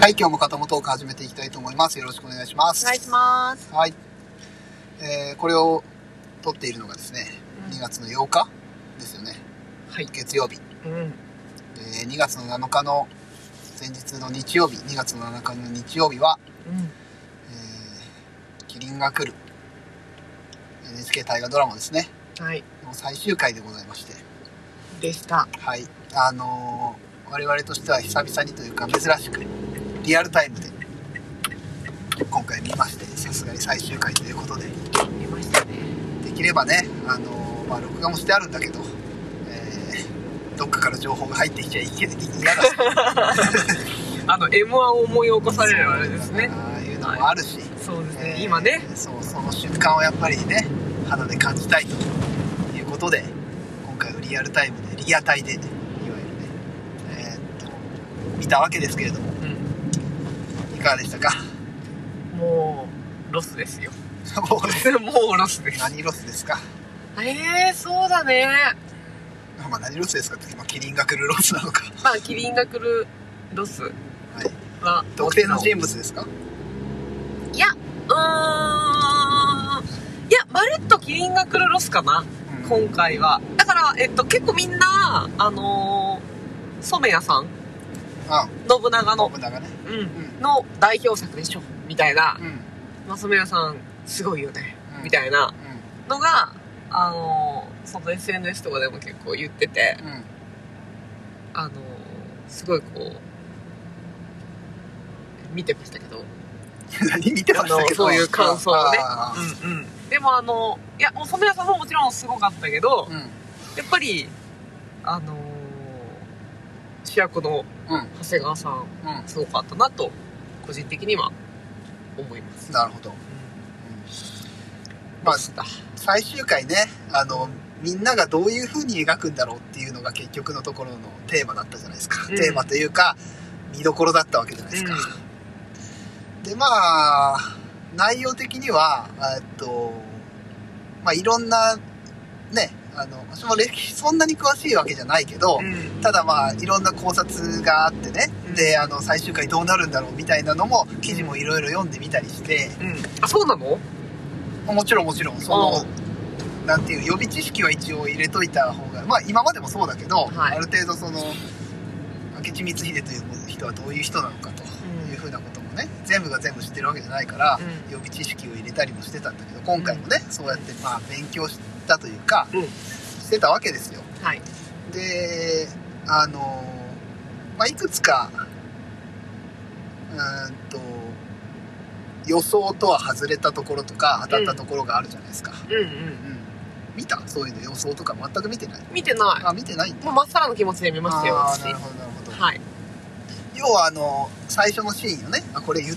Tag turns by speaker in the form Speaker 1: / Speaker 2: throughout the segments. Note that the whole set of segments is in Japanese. Speaker 1: はい、今日も片もトーク始めていきたいと思います。よろしくお願いしま
Speaker 2: お
Speaker 1: す。
Speaker 2: 願いします。
Speaker 1: はい。えー、これを撮っているのがですね、
Speaker 2: うん
Speaker 1: 2月の8日ですよね。
Speaker 2: はい
Speaker 1: 月曜日。
Speaker 2: うん。
Speaker 1: えー、2月の7日の前日の日曜日、2月の7日の日曜日は、えー、キリンが来る NHK 大河ドラマですね。
Speaker 2: はい。
Speaker 1: の最終回でございまして。
Speaker 2: でした。
Speaker 1: はい。あのー我々としては久々にというか珍しく、リアルタイムで、今回見まして、さすがに最終回ということで、
Speaker 2: 見ましたね。
Speaker 1: できればね、あのーまあ、録画もしてあるんだけど、えーどっかから情報が入ってきちゃいけ嫌だし、
Speaker 2: あの M1 を思い起こされるあれですね。
Speaker 1: ああいうのもあるし、
Speaker 2: そうです
Speaker 1: えー
Speaker 2: ね。今ね。
Speaker 1: そう、その瞬間をやっぱりね、肌で感じたいということで、今回はリアルタイムで、リアタイで、いわゆるね、えーっと、見たわけですけれども、
Speaker 2: うん。
Speaker 1: いかがでしたか
Speaker 2: もうロスですよ。
Speaker 1: もうね
Speaker 2: もうロスです。
Speaker 1: 何ロスですか
Speaker 2: ええー、そうだね。
Speaker 1: まあ何ロスですかって、まあ、キリンが来るロスなのか。
Speaker 2: まあキリンが来るロス
Speaker 1: はい。
Speaker 2: は
Speaker 1: 特定の人物ですか
Speaker 2: いや、うーん。いや、まるっとキリンが来るロスかな。
Speaker 1: うん
Speaker 2: 今回は。だからえっと結構みんなあのー、染谷さん
Speaker 1: あ、
Speaker 2: 信長の
Speaker 1: 信長ね。
Speaker 2: うん
Speaker 1: う
Speaker 2: の代表作でしょみたいな。
Speaker 1: ん。うん。
Speaker 2: マスメヤさんすごいよね、
Speaker 1: うん
Speaker 2: みたいな
Speaker 1: う
Speaker 2: のがあのその SNS とかでも結構言ってて
Speaker 1: ん。うん。
Speaker 2: あのすごいこう見てましたけど
Speaker 1: 何見てましたけど。
Speaker 2: そういう感想をね
Speaker 1: あー
Speaker 2: うんうんでもあのいや染谷さんももちろんすごかったけど、
Speaker 1: うん。
Speaker 2: やっぱりあの主役の
Speaker 1: うん。
Speaker 2: 長谷川さん
Speaker 1: うん。
Speaker 2: すごかったなと個人的には思います、
Speaker 1: なるほど。うん
Speaker 2: うん、
Speaker 1: まあ
Speaker 2: ロ、スだ
Speaker 1: 最終回ね、あの、みんながどういう風に描くんだろうっていうのが結局のところのテーマだったじゃないですか。
Speaker 2: うん
Speaker 1: テーマというか、見どころだったわけじゃないですか。でまあ内容的にはえっとまあいろんなねあの私も歴史そんなに詳しいわけじゃないけど、
Speaker 2: うん
Speaker 1: ただまあいろんな考察があってね、
Speaker 2: うん
Speaker 1: であの最終回どうなるんだろうみたいなのも記事もいろいろ読んでみたりして、
Speaker 2: うん、あそうなの
Speaker 1: もちろんもちろんその。なんていう予備知識は一応入れといた方がまあ今までもそうだけど、
Speaker 2: はい
Speaker 1: ある程度その明智光秀という人はどういう人なのかというふうなこともね全部が全部知ってるわけじゃないから、予備知識を入れたりもしてたんだけど今回もね、そうやってまあ勉強したというか、
Speaker 2: うん
Speaker 1: してたわけですよ
Speaker 2: はい。
Speaker 1: であのまあいくつかうーんと予想とは外れたところとか当たったところがあるじゃないですか、
Speaker 2: うんうん。
Speaker 1: うん見たそういうの予想とか全く見てない
Speaker 2: 見てない。
Speaker 1: あ見てないんだ
Speaker 2: もう真っさらの気持ちで見ましたよ、
Speaker 1: あー
Speaker 2: 私。
Speaker 1: なるほどなるほど、
Speaker 2: はい。
Speaker 1: 要はあの最初のシーンよねあこれ言っ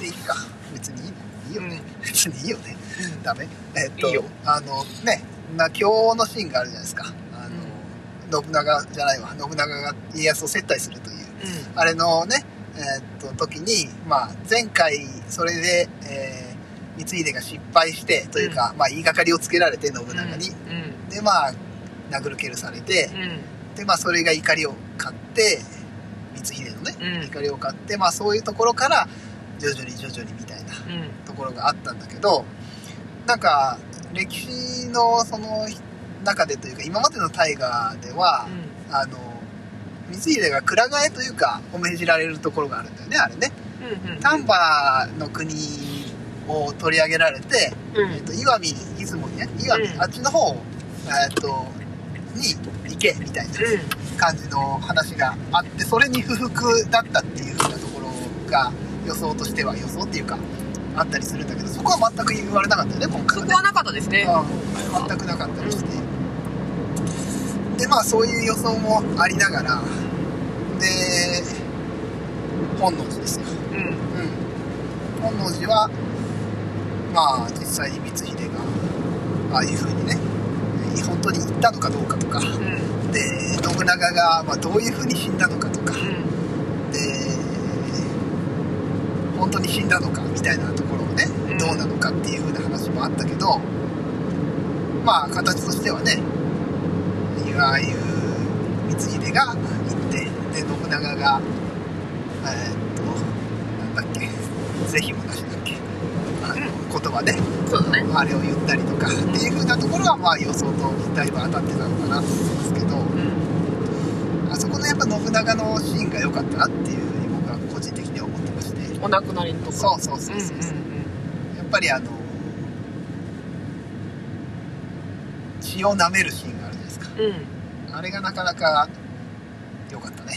Speaker 1: ていいか別にいいいいよね、別にいいよねダメえっと
Speaker 2: いいよ
Speaker 1: あのねな今日のシーンがあるじゃないですかあの、信長じゃないわ信長が家康を接待するという
Speaker 2: う
Speaker 1: あれのねえっと時に、まあ、前回それで、えー光秀が失敗してというか、まあ、言いがかりをつけられて信
Speaker 2: ん。
Speaker 1: 長に、
Speaker 2: うん。
Speaker 1: でまあ殴る蹴るされて、
Speaker 2: う
Speaker 1: でまあそれが怒りを買って光秀のね
Speaker 2: ん。うん。
Speaker 1: 怒りを買って、まあ、そういうところから徐々に徐々にみたいな
Speaker 2: うん。
Speaker 1: ところがあったんだけどなんか歴史のその中でというか今までの大河では、あの光秀が鞍替えというかお命じられるところがあるんだよねあれね。
Speaker 2: うん。
Speaker 1: 丹波の国を取り上げられて、
Speaker 2: うん。
Speaker 1: えっと、石見出雲にね石見、
Speaker 2: うん
Speaker 1: あっちの方を、えっとに行けみたいな感じの話があってそれに不服だったっていうふうなところが予想としては予想っていうかあったりするんだけどそこは全く言われなかったよね今
Speaker 2: そ
Speaker 1: 回
Speaker 2: こ
Speaker 1: はね
Speaker 2: はなかったですね。
Speaker 1: うん全くなかったりしてでまあそういう予想もありながらで本能寺ですよ、
Speaker 2: うん。
Speaker 1: うん、本能寺はまあ実際に光秀がああいうふうにね本当に行ったのかどうかとか
Speaker 2: うん。うん。
Speaker 1: で信長が、まあ、どういうふうに死んだのかとかで本当に死んだのかみたいなところをね、
Speaker 2: うん
Speaker 1: どうなのかっていうふうな話もあったけどまあ形としてはねああいう光秀が行ってで信長がえーっとなんだっけぜひもなしだっけあの言葉で
Speaker 2: そうだね
Speaker 1: あれを言ったりとかっていう風なところはまあ予想とだいぶ当たってたのかなと思いますけど
Speaker 2: うん
Speaker 1: あそこのやっぱ信長のシーンが良かったなっていうふうに僕は個人的には思ってまして
Speaker 2: お亡くなりのとこ
Speaker 1: そうそうそうそうそう、
Speaker 2: ん
Speaker 1: やっぱりあの血を舐めるシーンがあるじゃないですか
Speaker 2: うんうん
Speaker 1: あれがなかなか良かったね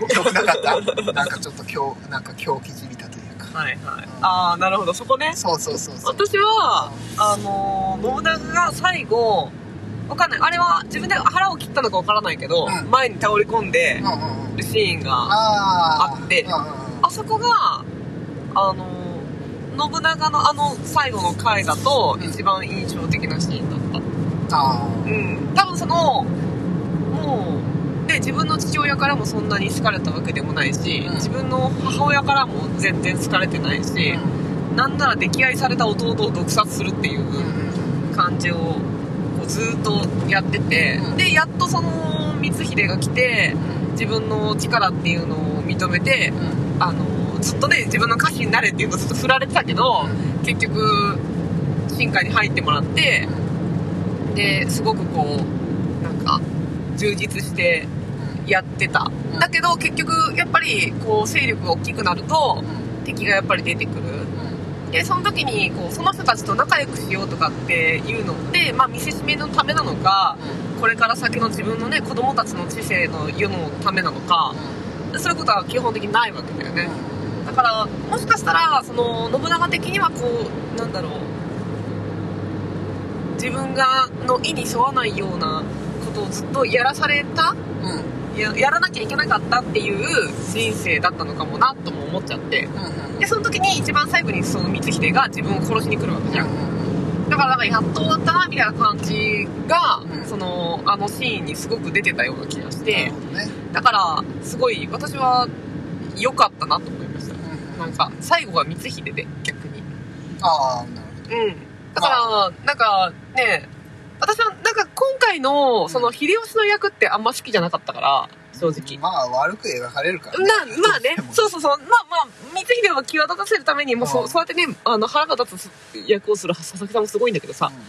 Speaker 1: 良くなか ったなんかちょっと今日なんか狂気じみたというか
Speaker 2: はいはいああなるほどそこね
Speaker 1: そうそうそうそう
Speaker 2: 私はあのー信長が最後わかんないあれは自分で腹を切ったのかわからないけど、
Speaker 1: うん
Speaker 2: 前に倒れ込んで
Speaker 1: うんうんうん
Speaker 2: るシーンが
Speaker 1: あー
Speaker 2: あって
Speaker 1: うんうんうん
Speaker 2: あそこがあのー信長のあの最後の回だと
Speaker 1: うん
Speaker 2: 一番印象的なシーンだっ
Speaker 1: あ
Speaker 2: たうん多分そのもうで自分の父親からもそんなに好かれたわけでもないし、
Speaker 1: うん
Speaker 2: 自分の母親からも全然好かれてないし、
Speaker 1: ーうん
Speaker 2: なんなら溺愛された弟を毒殺するっていう
Speaker 1: うんうん
Speaker 2: 感じをこうずーっとやってて、
Speaker 1: うん
Speaker 2: でやっとその光秀が来て自分の力っていうのを認めて
Speaker 1: うんうん
Speaker 2: あのずっとね自分の歌手になれっていうのをずっと振られてたけど、結局進化に入ってもらってですごくこうなんか充実してやって
Speaker 1: う
Speaker 2: た、
Speaker 1: ん
Speaker 2: だけど結局やっぱりこう勢力が大きくなると敵がやっぱり出てくるでその時にこうその人たちと仲良くしようとかっていうのって、まあ、見せしめのためなのかこれから先の自分のね子供たちの知性の世のためなのかそういうことは基本的にないわけだよねだからもしかしたらその信長的にはこうなんだろう自分がの意に沿わないようなことをずっとやらされた
Speaker 1: うんうん
Speaker 2: ややらなきゃいけなかったっていう人生だったのかもなとも思っちゃって
Speaker 1: うんうん
Speaker 2: でその時に一番最後にその光秀が自分を殺しに来るわけじゃんだからなんかやっと終わったなみたいな感じが、
Speaker 1: うん
Speaker 2: そのあのシーンにすごく出てたような気がして、
Speaker 1: なる
Speaker 2: だからすごい私は良かったなと思いました
Speaker 1: ほどね
Speaker 2: なんか最後が光秀で逆に
Speaker 1: ああなる
Speaker 2: うんだから、なんかね私はなんか今回のその秀吉の役ってあんま好きじゃなかったから正直
Speaker 1: ほどまあ悪く描かれるからね
Speaker 2: なまあね
Speaker 1: でも
Speaker 2: そうそうそうまあまあ光秀を際立たせるためにもうそううんそうやってねあの腹が立つ役をする佐々木さんもすごいんだけどさ
Speaker 1: うんうん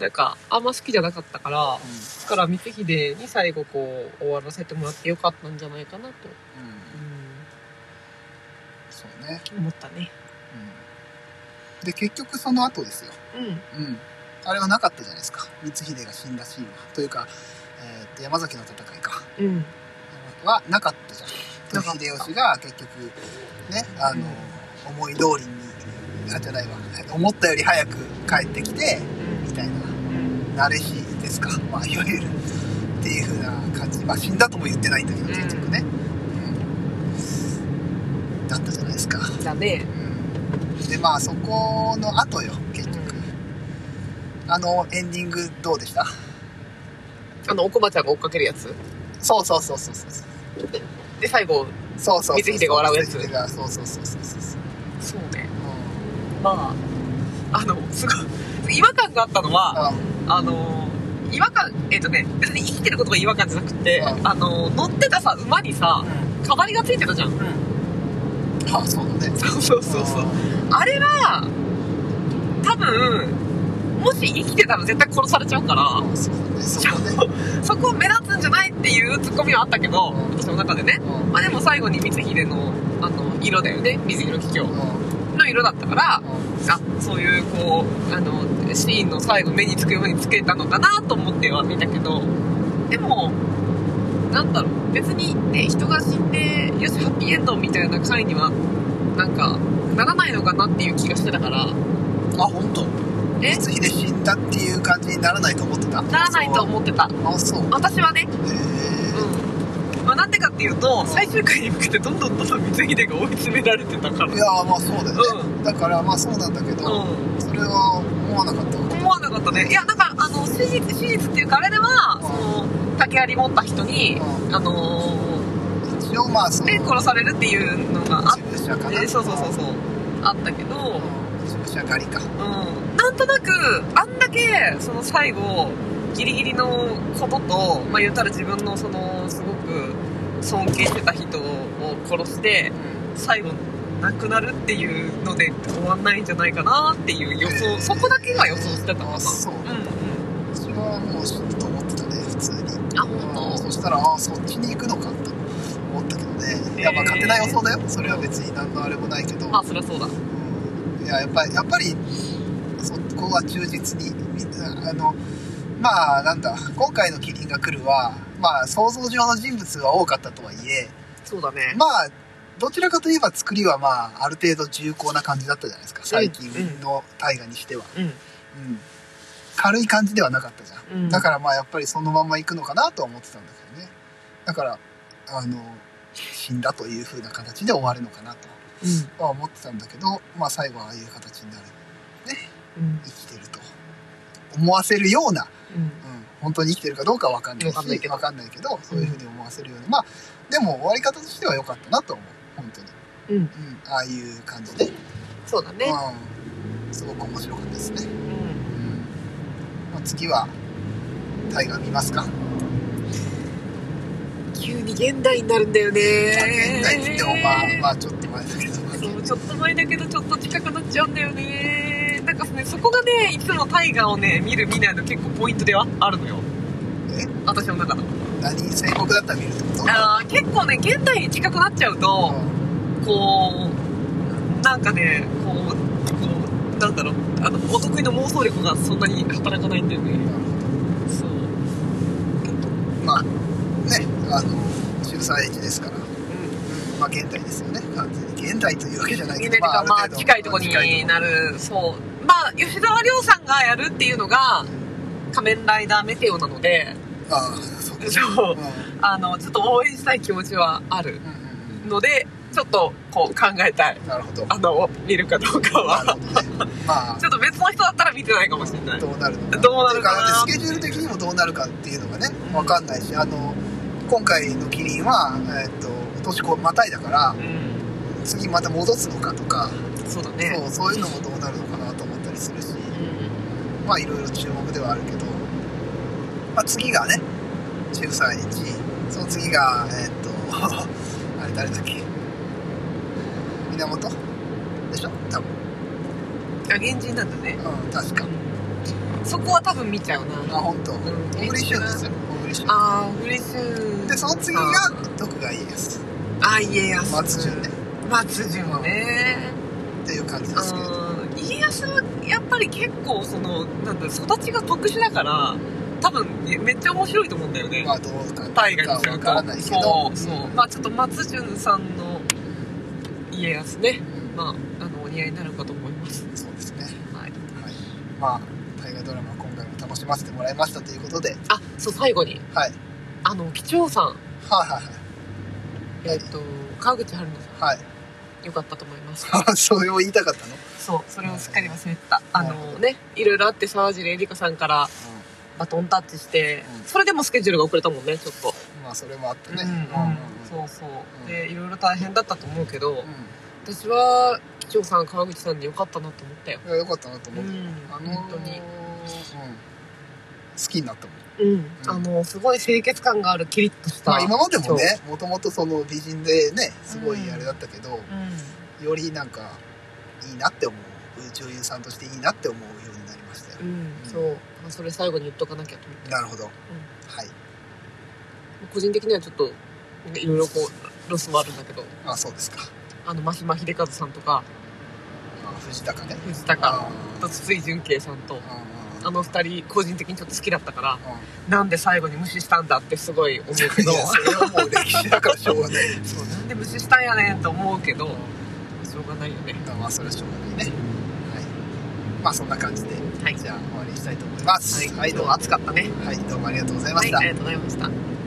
Speaker 2: なんかあんま好きじゃなかったから
Speaker 1: うん
Speaker 2: だから光秀に最後こう終わらせてもらってよかったんじゃないかなと、
Speaker 1: うんそうね
Speaker 2: 思ったね
Speaker 1: うんで結局その後ですよ
Speaker 2: うん
Speaker 1: うんあれはなかったじゃないですか光秀が死んだシーンはというか、えーと山崎の戦いか
Speaker 2: うん
Speaker 1: はなかったじゃ
Speaker 2: なんかった
Speaker 1: 秀吉が結局ねあの思い通りにあじゃないわ思ったより早く帰ってきてみたいな慣れしですか、まあ、いわゆるっていう風な感じ、まあ、死んだとも言ってないんだけど
Speaker 2: うん
Speaker 1: 結局ね、うんだったじゃないですか、
Speaker 2: だね
Speaker 1: うん、でまあそこの後よ結局あのエンディングどうでした
Speaker 2: あのおこばちゃんが追っかけるやつ
Speaker 1: そうそうそうそうそうそう
Speaker 2: で最後
Speaker 1: そうそう
Speaker 2: 光秀が笑うやつ
Speaker 1: 光秀がそうそうそうそうそうそう
Speaker 2: そうね
Speaker 1: うん
Speaker 2: まああのすごい違和感があったのは
Speaker 1: あ
Speaker 2: あの違和感えっ、とね別に生きてることが違和感じゃなくて
Speaker 1: うん
Speaker 2: あの乗ってたさ馬にさ飾りがついてたじゃん
Speaker 1: うんあそうだね
Speaker 2: そうそうそうそうあれは多分もし生きてたら絶対殺されちゃうから
Speaker 1: あそうだねそうだね
Speaker 2: そこ目立つんじゃないっていうツッコミはあったけど
Speaker 1: うん
Speaker 2: 私の中でね、
Speaker 1: うん
Speaker 2: まあ、でも最後に光秀のあの色だよね水色桔
Speaker 1: う
Speaker 2: 梗
Speaker 1: ん
Speaker 2: の色だったから
Speaker 1: うん
Speaker 2: あそういうこうあのシーンの最後目につくようにつけたのかなと思っては見たけどでもなんだろう別にね人が死んでよしハッピーエンドみたいな回にはなんかならないのかなっていう気がしてたから
Speaker 1: あ本当
Speaker 2: え
Speaker 1: 光秀死んだっていう感じにならないと思ってた
Speaker 2: ならないと思ってた
Speaker 1: あそう
Speaker 2: 私はね
Speaker 1: へー
Speaker 2: うんまあ、なんでかっていうと最終回に向けてどんどんどんどん光秀が追い詰められてたから
Speaker 1: いやーまあそうだよね、
Speaker 2: う
Speaker 1: だからまあそうなんだけど、
Speaker 2: う
Speaker 1: それは思わなかったわ
Speaker 2: ん思わなかったねいやだからあの史実史実っていうかあれでは
Speaker 1: ん
Speaker 2: その竹槍持った人に
Speaker 1: う
Speaker 2: あの
Speaker 1: 一応まあそ
Speaker 2: ー
Speaker 1: の
Speaker 2: で殺されるっていうのがあっ
Speaker 1: 事務所かな
Speaker 2: てそうそうそうそうあったけど、
Speaker 1: うん事務所狩りか
Speaker 2: うん、なんとなくあんだけその最後ギリギリのことと、まあ、言ったら自分のそのすごく尊敬してた人を殺して最後亡くなるっていうので終わんないんじゃないかなっていう予
Speaker 1: へ
Speaker 2: 想
Speaker 1: ー
Speaker 2: そこだけは予想してたかな
Speaker 1: そう
Speaker 2: うんうん
Speaker 1: それはもう死ぬと思ってたね普通に
Speaker 2: あ本
Speaker 1: そしたらああそっちに行くのかと思ったけどねいやまあ勝手な予想だよそれは別に何のあれもないけど、
Speaker 2: 当まあそりゃそうだ
Speaker 1: うんいややっぱりやっぱりそこは忠実にみんなあのまあなんだ今回の「キリンが来るは」まあ想像上の人物が多かったとはいえ
Speaker 2: そうだね
Speaker 1: まあどちらかといえば作りはまあある程度重厚な感じだったじゃないですか最近の大河にしては、
Speaker 2: うん
Speaker 1: うん、軽い感じではなかったじゃん
Speaker 2: うん
Speaker 1: だからまあやっぱりそのまま行くのかなとは思ってたんだけどねだからあの死んだという風な形で終わるのかなと
Speaker 2: うん
Speaker 1: は思ってたんだけど、まあ、最後はああいう形になる
Speaker 2: うん
Speaker 1: 生きてると思わせるような、
Speaker 2: うん
Speaker 1: うん、本当に生きてるかどうかは分かんないし
Speaker 2: わかんないけど
Speaker 1: わかんないけどそういう風に思わせるようなまあでも終わり方としては良かったなと思う本当に、
Speaker 2: うん
Speaker 1: うん、ああいう感じで、
Speaker 2: そうだね
Speaker 1: うん、すごく面白かったですね、
Speaker 2: う
Speaker 1: う
Speaker 2: ん
Speaker 1: んまあ、次は大河見ますか
Speaker 2: 急に現代になるんだよね
Speaker 1: 現代って言ってもまあまあちょっと前だけど
Speaker 2: そうちょっと前だけどちょっと近くなっちゃうんだよねなんかねそこがねいつも大河をね見る見ないの結構ポイントではあるのよ
Speaker 1: え
Speaker 2: 私の中の
Speaker 1: 何戦国だったら見るってこと
Speaker 2: あー結構ね現代に近くなっちゃうとこうなんかねこうこうなんだろうあのお得意の妄想力がそんなに働かないんだよねそう
Speaker 1: うんまあねあの秀才一ですから、うんまあ現代ですよね完全に現代というわけじゃないけ
Speaker 2: 現
Speaker 1: ど
Speaker 2: 代とかまあ近いところになるそうまあ吉沢亮さんがやるっていうのが「仮面ライダーメテオ」なので
Speaker 1: ああそうか
Speaker 2: そう
Speaker 1: うんうん
Speaker 2: あのちょっと応援したい気持ちはある
Speaker 1: うん
Speaker 2: のでちょっとこう考えたい
Speaker 1: うんなるほど
Speaker 2: あの見るかどうか
Speaker 1: な
Speaker 2: は
Speaker 1: るほどねまあ
Speaker 2: ちょっと別の人だったら見てないかもしれない
Speaker 1: どうなるのか
Speaker 2: どうなるかな
Speaker 1: っていうかスケジュール的にもどうなるかっていうのがね分かんないしあの今回のキリンは、えっと年こうまたいだから
Speaker 2: うん
Speaker 1: 次また戻すのかとか、
Speaker 2: そうだね
Speaker 1: そうそういうのもどうなるのかなと思ったりするし
Speaker 2: うん
Speaker 1: まあいろいろ注目ではあるけど、まあ、次がね13日その次がえっと あれ誰だっけ源でしょ多分、
Speaker 2: あ現人なんだね
Speaker 1: うん、確か
Speaker 2: そこは多分見ちゃうな
Speaker 1: あ本当
Speaker 2: ん
Speaker 1: 小栗旬ですよ小栗旬
Speaker 2: ああ嬉しい
Speaker 1: でその次が徳川家康
Speaker 2: ああ家康
Speaker 1: 松潤ね
Speaker 2: 松潤はね
Speaker 1: っていう感じですけれど
Speaker 2: うん家康はやっぱり結構そのなんだ育ちが特殊だから多分めっちゃ面白いと思うんだよね
Speaker 1: まあどうか
Speaker 2: 大河
Speaker 1: か
Speaker 2: にちゃ
Speaker 1: わ
Speaker 2: うと
Speaker 1: からないけど
Speaker 2: そうそうまあちょっと松潤さんの家康ねまああのお似合いになるかと思います
Speaker 1: そうですね
Speaker 2: はい
Speaker 1: はいまあ大河ドラマ今回も楽しませてもらいましたということで
Speaker 2: あそう最後に
Speaker 1: はい
Speaker 2: あの機長さん
Speaker 1: はいはい
Speaker 2: えっと川口春奈さ
Speaker 1: はい
Speaker 2: んよかったと思います
Speaker 1: はい それを言いたかったの、
Speaker 2: そうそれをすっかり忘れてたあ
Speaker 1: なるほ
Speaker 2: の
Speaker 1: ど
Speaker 2: ねいろいろあって沢尻エリカさんからバトンタッチして、
Speaker 1: うん
Speaker 2: それでもスケジュールが遅れたもんねちょっと、
Speaker 1: まあそれもあったね
Speaker 2: そうそう、
Speaker 1: うん
Speaker 2: でいろいろ大変だったと思うけど、
Speaker 1: うん
Speaker 2: 私は機長さん川口さんでよかったなと思ったよ
Speaker 1: いやよかったなと
Speaker 2: う
Speaker 1: 思
Speaker 2: ん
Speaker 1: う、あのー
Speaker 2: 本当に
Speaker 1: うん、好きになったもん、
Speaker 2: うん、あのすごい清潔感があるキリッとした、
Speaker 1: まあ、今までもねもともとその美人でねすごいあれだったけど、よりなんかいいなって思う女優さんとしていいなって思うようになりましたよ
Speaker 2: うん、うん、そうまあそれ最後に言っとかなきゃと思って
Speaker 1: なるほど、はい
Speaker 2: 個人的にはちょっといろいろこうロスもあるんだけど
Speaker 1: あそうですか、
Speaker 2: あの真島秀和さんとか
Speaker 1: まあ、藤高ね
Speaker 2: 藤高
Speaker 1: あ
Speaker 2: と筒井純慶さんと
Speaker 1: あ
Speaker 2: あの二人個人的にちょっと好きだったから
Speaker 1: あ
Speaker 2: なんで最後に無視したんだってすごい思うけ
Speaker 1: い
Speaker 2: ど
Speaker 1: やそれはもう歴史だからしょうが ない
Speaker 2: そうなんで無視したんやねんと思うけどしょうがないよね
Speaker 1: まあそれはしょうがないねはいまあそんな感じで
Speaker 2: はい
Speaker 1: じゃあ終わりにしたいと思います
Speaker 2: はい、今日は暑かったね
Speaker 1: はい、どうもありがとうございま
Speaker 2: は
Speaker 1: し
Speaker 2: い
Speaker 1: た、
Speaker 2: ありがとうございました
Speaker 1: はい